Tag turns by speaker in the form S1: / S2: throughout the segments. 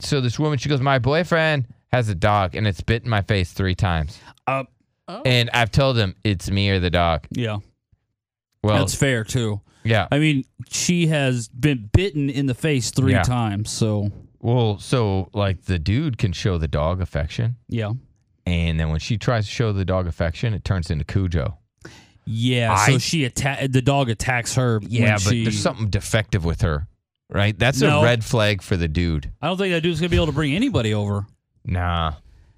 S1: So this woman, she goes, my boyfriend has a dog and it's bitten my face three times,
S2: Uh,
S1: and I've told him it's me or the dog.
S2: yeah,
S1: Well,
S2: that's fair too.
S1: yeah.
S2: I mean, she has been bitten in the face three
S1: Yeah.
S2: times, so
S1: well, so like the dude can show the dog affection,
S2: yeah,
S1: and then when she tries to show the dog affection, it turns into Cujo.
S2: yeah.
S1: I-
S2: so she atta- the dog attacks her.
S1: Yeah,
S2: when
S1: but
S2: she-
S1: there's something defective with her, right? That's
S2: No.
S1: a red flag for the dude.
S2: I don't think that dude's gonna be able to bring anybody over.
S1: Nah.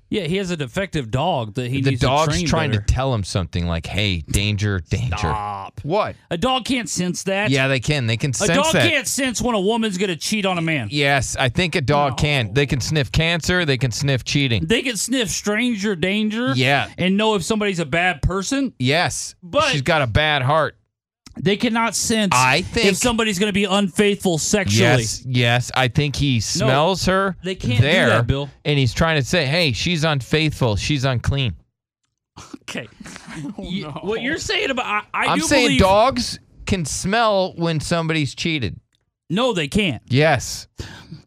S2: Yeah, he has a defective dog that he
S1: the
S2: needs to
S1: dog's
S2: train
S1: trying
S2: better.
S1: to tell him something like, "Hey, danger, danger."
S2: Stop.
S1: What?
S2: A dog can't sense that.
S1: Yeah, they can. They can
S2: a
S1: sense
S2: dog
S1: that.
S2: can't sense when a woman's gonna cheat on a man.
S1: Yes, I think a dog can. They can sniff cancer. They can sniff cheating.
S2: They can sniff stranger danger.
S1: Yeah.
S2: and know if somebody's a bad person.
S1: Yes,
S2: But-
S1: she's got a bad heart.
S2: They cannot sense.
S1: I think-
S2: if somebody's gonna be unfaithful sexually.
S1: Yes, yes. I think he smells her.
S2: they can't do
S1: there,
S2: that, Bill.
S1: And he's trying to say, "Hey, she's unfaithful. She's unclean."
S2: Okay. You- What you're saying about I, I
S1: I'm
S2: do
S1: saying
S2: believe,
S1: dogs can smell when somebody's cheated.
S2: No, they can't.
S1: Yes.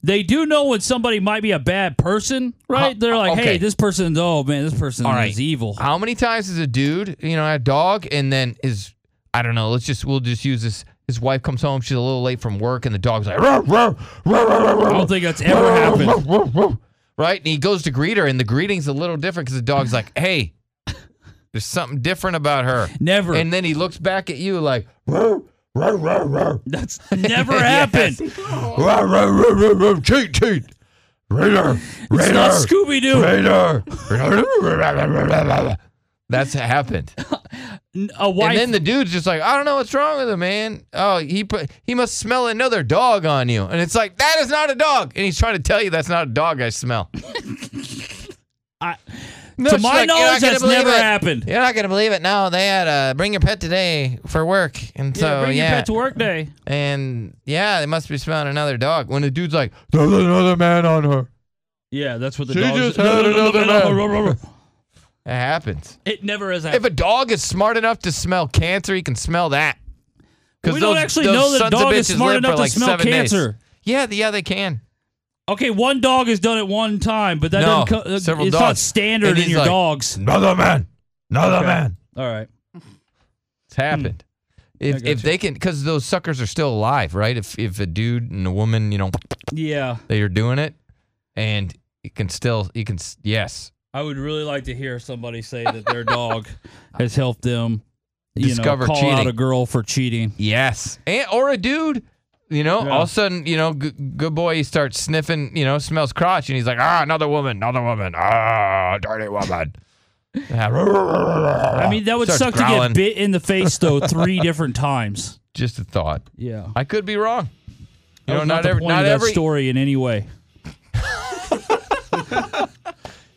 S2: They do know when somebody might be a bad person, right?
S1: Huh,
S2: They're like,
S1: okay.
S2: hey, this person's oh man, this person
S1: All right.
S2: is evil.
S1: How many times is a dude, you know, a dog, and then is I don't know. Let's just we'll just use this. His wife comes home. She's a little late from work, and the dog's like, "Roar, roar, roar, roar, roar,
S2: I
S1: roar,
S2: don't think that's ever happened.
S1: roar, roar," right? And he goes to greet her, and the greeting's a little different because the dog's like, "Hey, there's something different about her."
S2: Never.
S1: And then he looks back at you like,
S3: Roar, roar, roar, roar.
S2: That's never happened.
S3: Roar, roar, roar, roar, roar. Cheat, cheat. Radar,
S2: It's not
S3: radar,
S2: Scooby Doo.
S3: radar.
S1: "That's happened."
S2: A wife.
S1: And then the dude's just like, "I don't know what's wrong with him, man. Oh, he put, he must smell another dog on you." And it's like, "That is not a dog." And he's trying to tell you that's not a dog I smell.
S2: I-
S1: No,
S2: to
S1: she's
S2: my
S1: like, "You're not
S2: knowledge,
S1: gonna
S2: that's
S1: believe
S2: never
S1: it.
S2: happened.
S1: You're not gonna believe it. No, they had a bring your pet today for work, and so yeah,
S2: bring your pet to work day.
S1: and yeah, they must be smelling another dog. When the dude's like,
S3: There's another man on her.
S2: Yeah, that's what the
S3: She
S2: dog.
S3: just had another man.
S1: "It happens."
S2: It never has
S1: If
S2: happened.
S1: a dog is smart enough to smell cancer, he can smell that. 'Cause
S2: We don't
S1: those-
S2: actually
S1: those
S2: know that
S1: sons of
S2: dog is
S1: bitches
S2: smart
S1: live
S2: enough
S1: for
S2: to
S1: like
S2: smell
S1: seven days.
S2: cancer.
S1: Yeah, yeah, they can.
S2: Okay, one dog has done it one time, but that
S1: No,
S2: doesn't. Co- uh,
S1: several
S2: it's not
S1: dogs.
S2: standard
S1: And
S2: in
S1: he's
S2: your
S1: like-
S2: dogs.
S3: Another man. Another man.
S2: All right.
S1: It's happened. If, if
S2: Hmm. gotcha.
S1: they can, because those suckers are still alive, right? If if a dude and a woman, you know,
S2: Yeah,
S1: they are doing it, and you can still, you can, s- yes,
S2: I would really like to hear somebody say that their dog has helped them you
S1: Discover
S2: know, call out
S1: cheating.
S2: a girl for cheating.
S1: yes, and, or a dude, you know,
S2: Yeah.
S1: all of a sudden, you know, g- good boy, he starts sniffing, you know, smells crotch, and he's like, ah, another woman, another woman, ah, dirty woman. Yeah,
S2: I mean, that would
S1: Starts
S2: suck
S1: growling.
S2: to get bit in the face though three different times.
S1: just a thought.
S2: Yeah,
S1: I could be wrong. You
S2: that
S1: know,
S2: was
S1: not,
S2: the
S1: every,
S2: point
S1: not
S2: of that
S1: every,
S2: story in any way.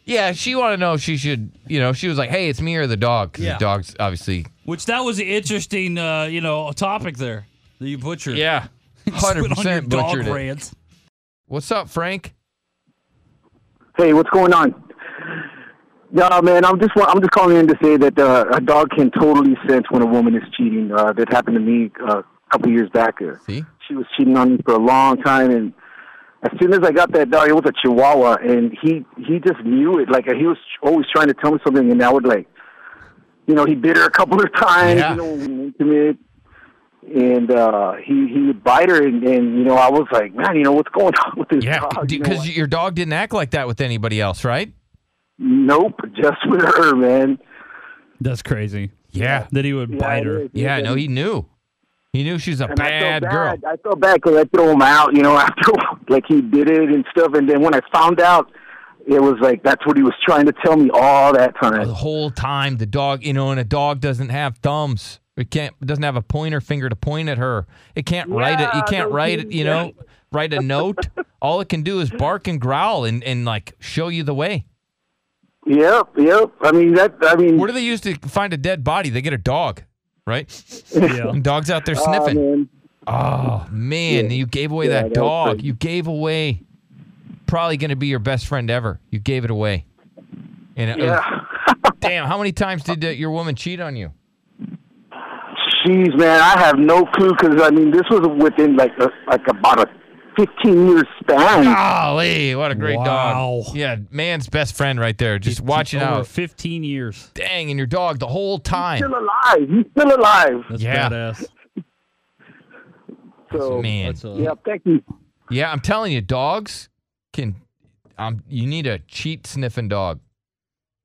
S1: yeah. She want to know if she should, you know, she was like, hey, it's me or the dog. 'cause
S2: Yeah.
S1: The dog's obviously
S2: Which that was an interesting, uh, you know, topic there that you butchered.
S1: Yeah.
S2: Just
S1: Hundred
S2: went on your
S1: percent butchered
S2: dog
S1: it.
S2: rant.
S1: What's up, Frank?
S4: Hey, what's going on? No, man, I'm just wa- I'm just calling in to say that uh, a dog can totally sense when a woman is cheating. Uh, that happened to me uh, a couple years back. Uh,
S1: See?
S4: She was cheating on me for a long time, and as soon as I got that dog, it was a Chihuahua, and he he just knew it. Like he was always trying to tell me something, and I would like, you know, he bit her a couple of times,
S1: Yeah.
S4: you know, intimate, and uh, he he would bite her, and, and you know, I was like, man, you know, what's going on with this dog? You know,
S1: because your dog didn't act like that with anybody else, right?
S4: Nope, just with her, man.
S2: That's crazy.
S1: Yeah.
S2: That he would bite her.
S1: Yeah. No, he knew. He knew she's a
S4: And I
S1: bad
S4: felt
S1: girl.
S4: bad. I felt bad because I threw him out, you know, after like he did it and stuff. And then when I found out, it was like that's what he was trying to tell me all that
S1: The
S4: time.
S1: whole time, the dog, you know, and a dog doesn't have thumbs. It can't doesn't have a pointer finger to point at her. It can't write it. You
S4: Yeah,
S1: can't
S4: no
S1: write it.
S4: kidding.
S1: You know, write a note. All it can do is bark and growl and, and like show you the way.
S4: Yep, yep. I mean that. I mean,
S1: What do they use to find a dead body? They get a dog, right?
S2: Yeah.
S1: And dogs out there
S4: ah,
S1: sniffing.
S4: man.
S1: Oh man, you gave away
S4: Yeah,
S1: that
S4: that was
S1: dog.
S4: crazy.
S1: You gave away probably going to be your best friend ever. You gave it away. And it-
S4: Yeah.
S1: damn, how many times did uh, your woman cheat on you?
S4: Jeez, man, I have no clue because I mean this was within like a, like about a fifteen year span.
S1: Golly, what a great
S2: Wow.
S1: dog! Yeah, man's best friend right there. Just watching
S2: over
S1: out.
S2: 15 years.
S1: Dang, and your dog the whole time.
S4: Still alive. He's still alive.
S2: That's
S1: Yeah.
S2: badass.
S4: So
S1: Man,
S2: That's a,
S4: yeah, thank you.
S1: yeah, I'm telling you, dogs can. Um, you need a cheat sniffing dog.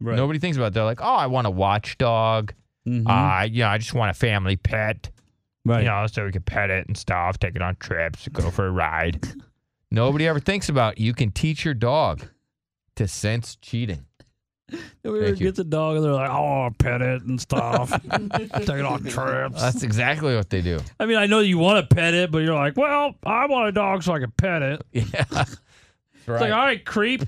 S2: right.
S1: Nobody thinks about it. They're like, oh, I want a watchdog.
S2: Mhm.
S1: I, you know, I just want a family pet.
S2: right.
S1: You know, so we can pet it and stuff, take it on trips, go for a ride. Nobody ever thinks about you can teach your dog to sense cheating.
S2: Nobody
S1: Thank
S2: ever
S1: you.
S2: gets a dog and they're like, oh, I'll pet it and stuff. Take it on trips.
S1: That's exactly what they do.
S2: I mean, I know you want to pet it, but you're like, well, I want a dog so I can pet it.
S1: Yeah. That's
S2: It's like, all right, creep.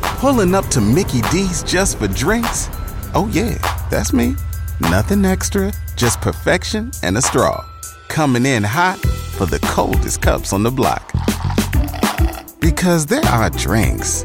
S5: Pulling up to Mickey D's just for drinks? Oh, yeah, that's me. Nothing extra, just perfection and a straw. Coming in hot for the coldest cups on the block. Because there are drinks,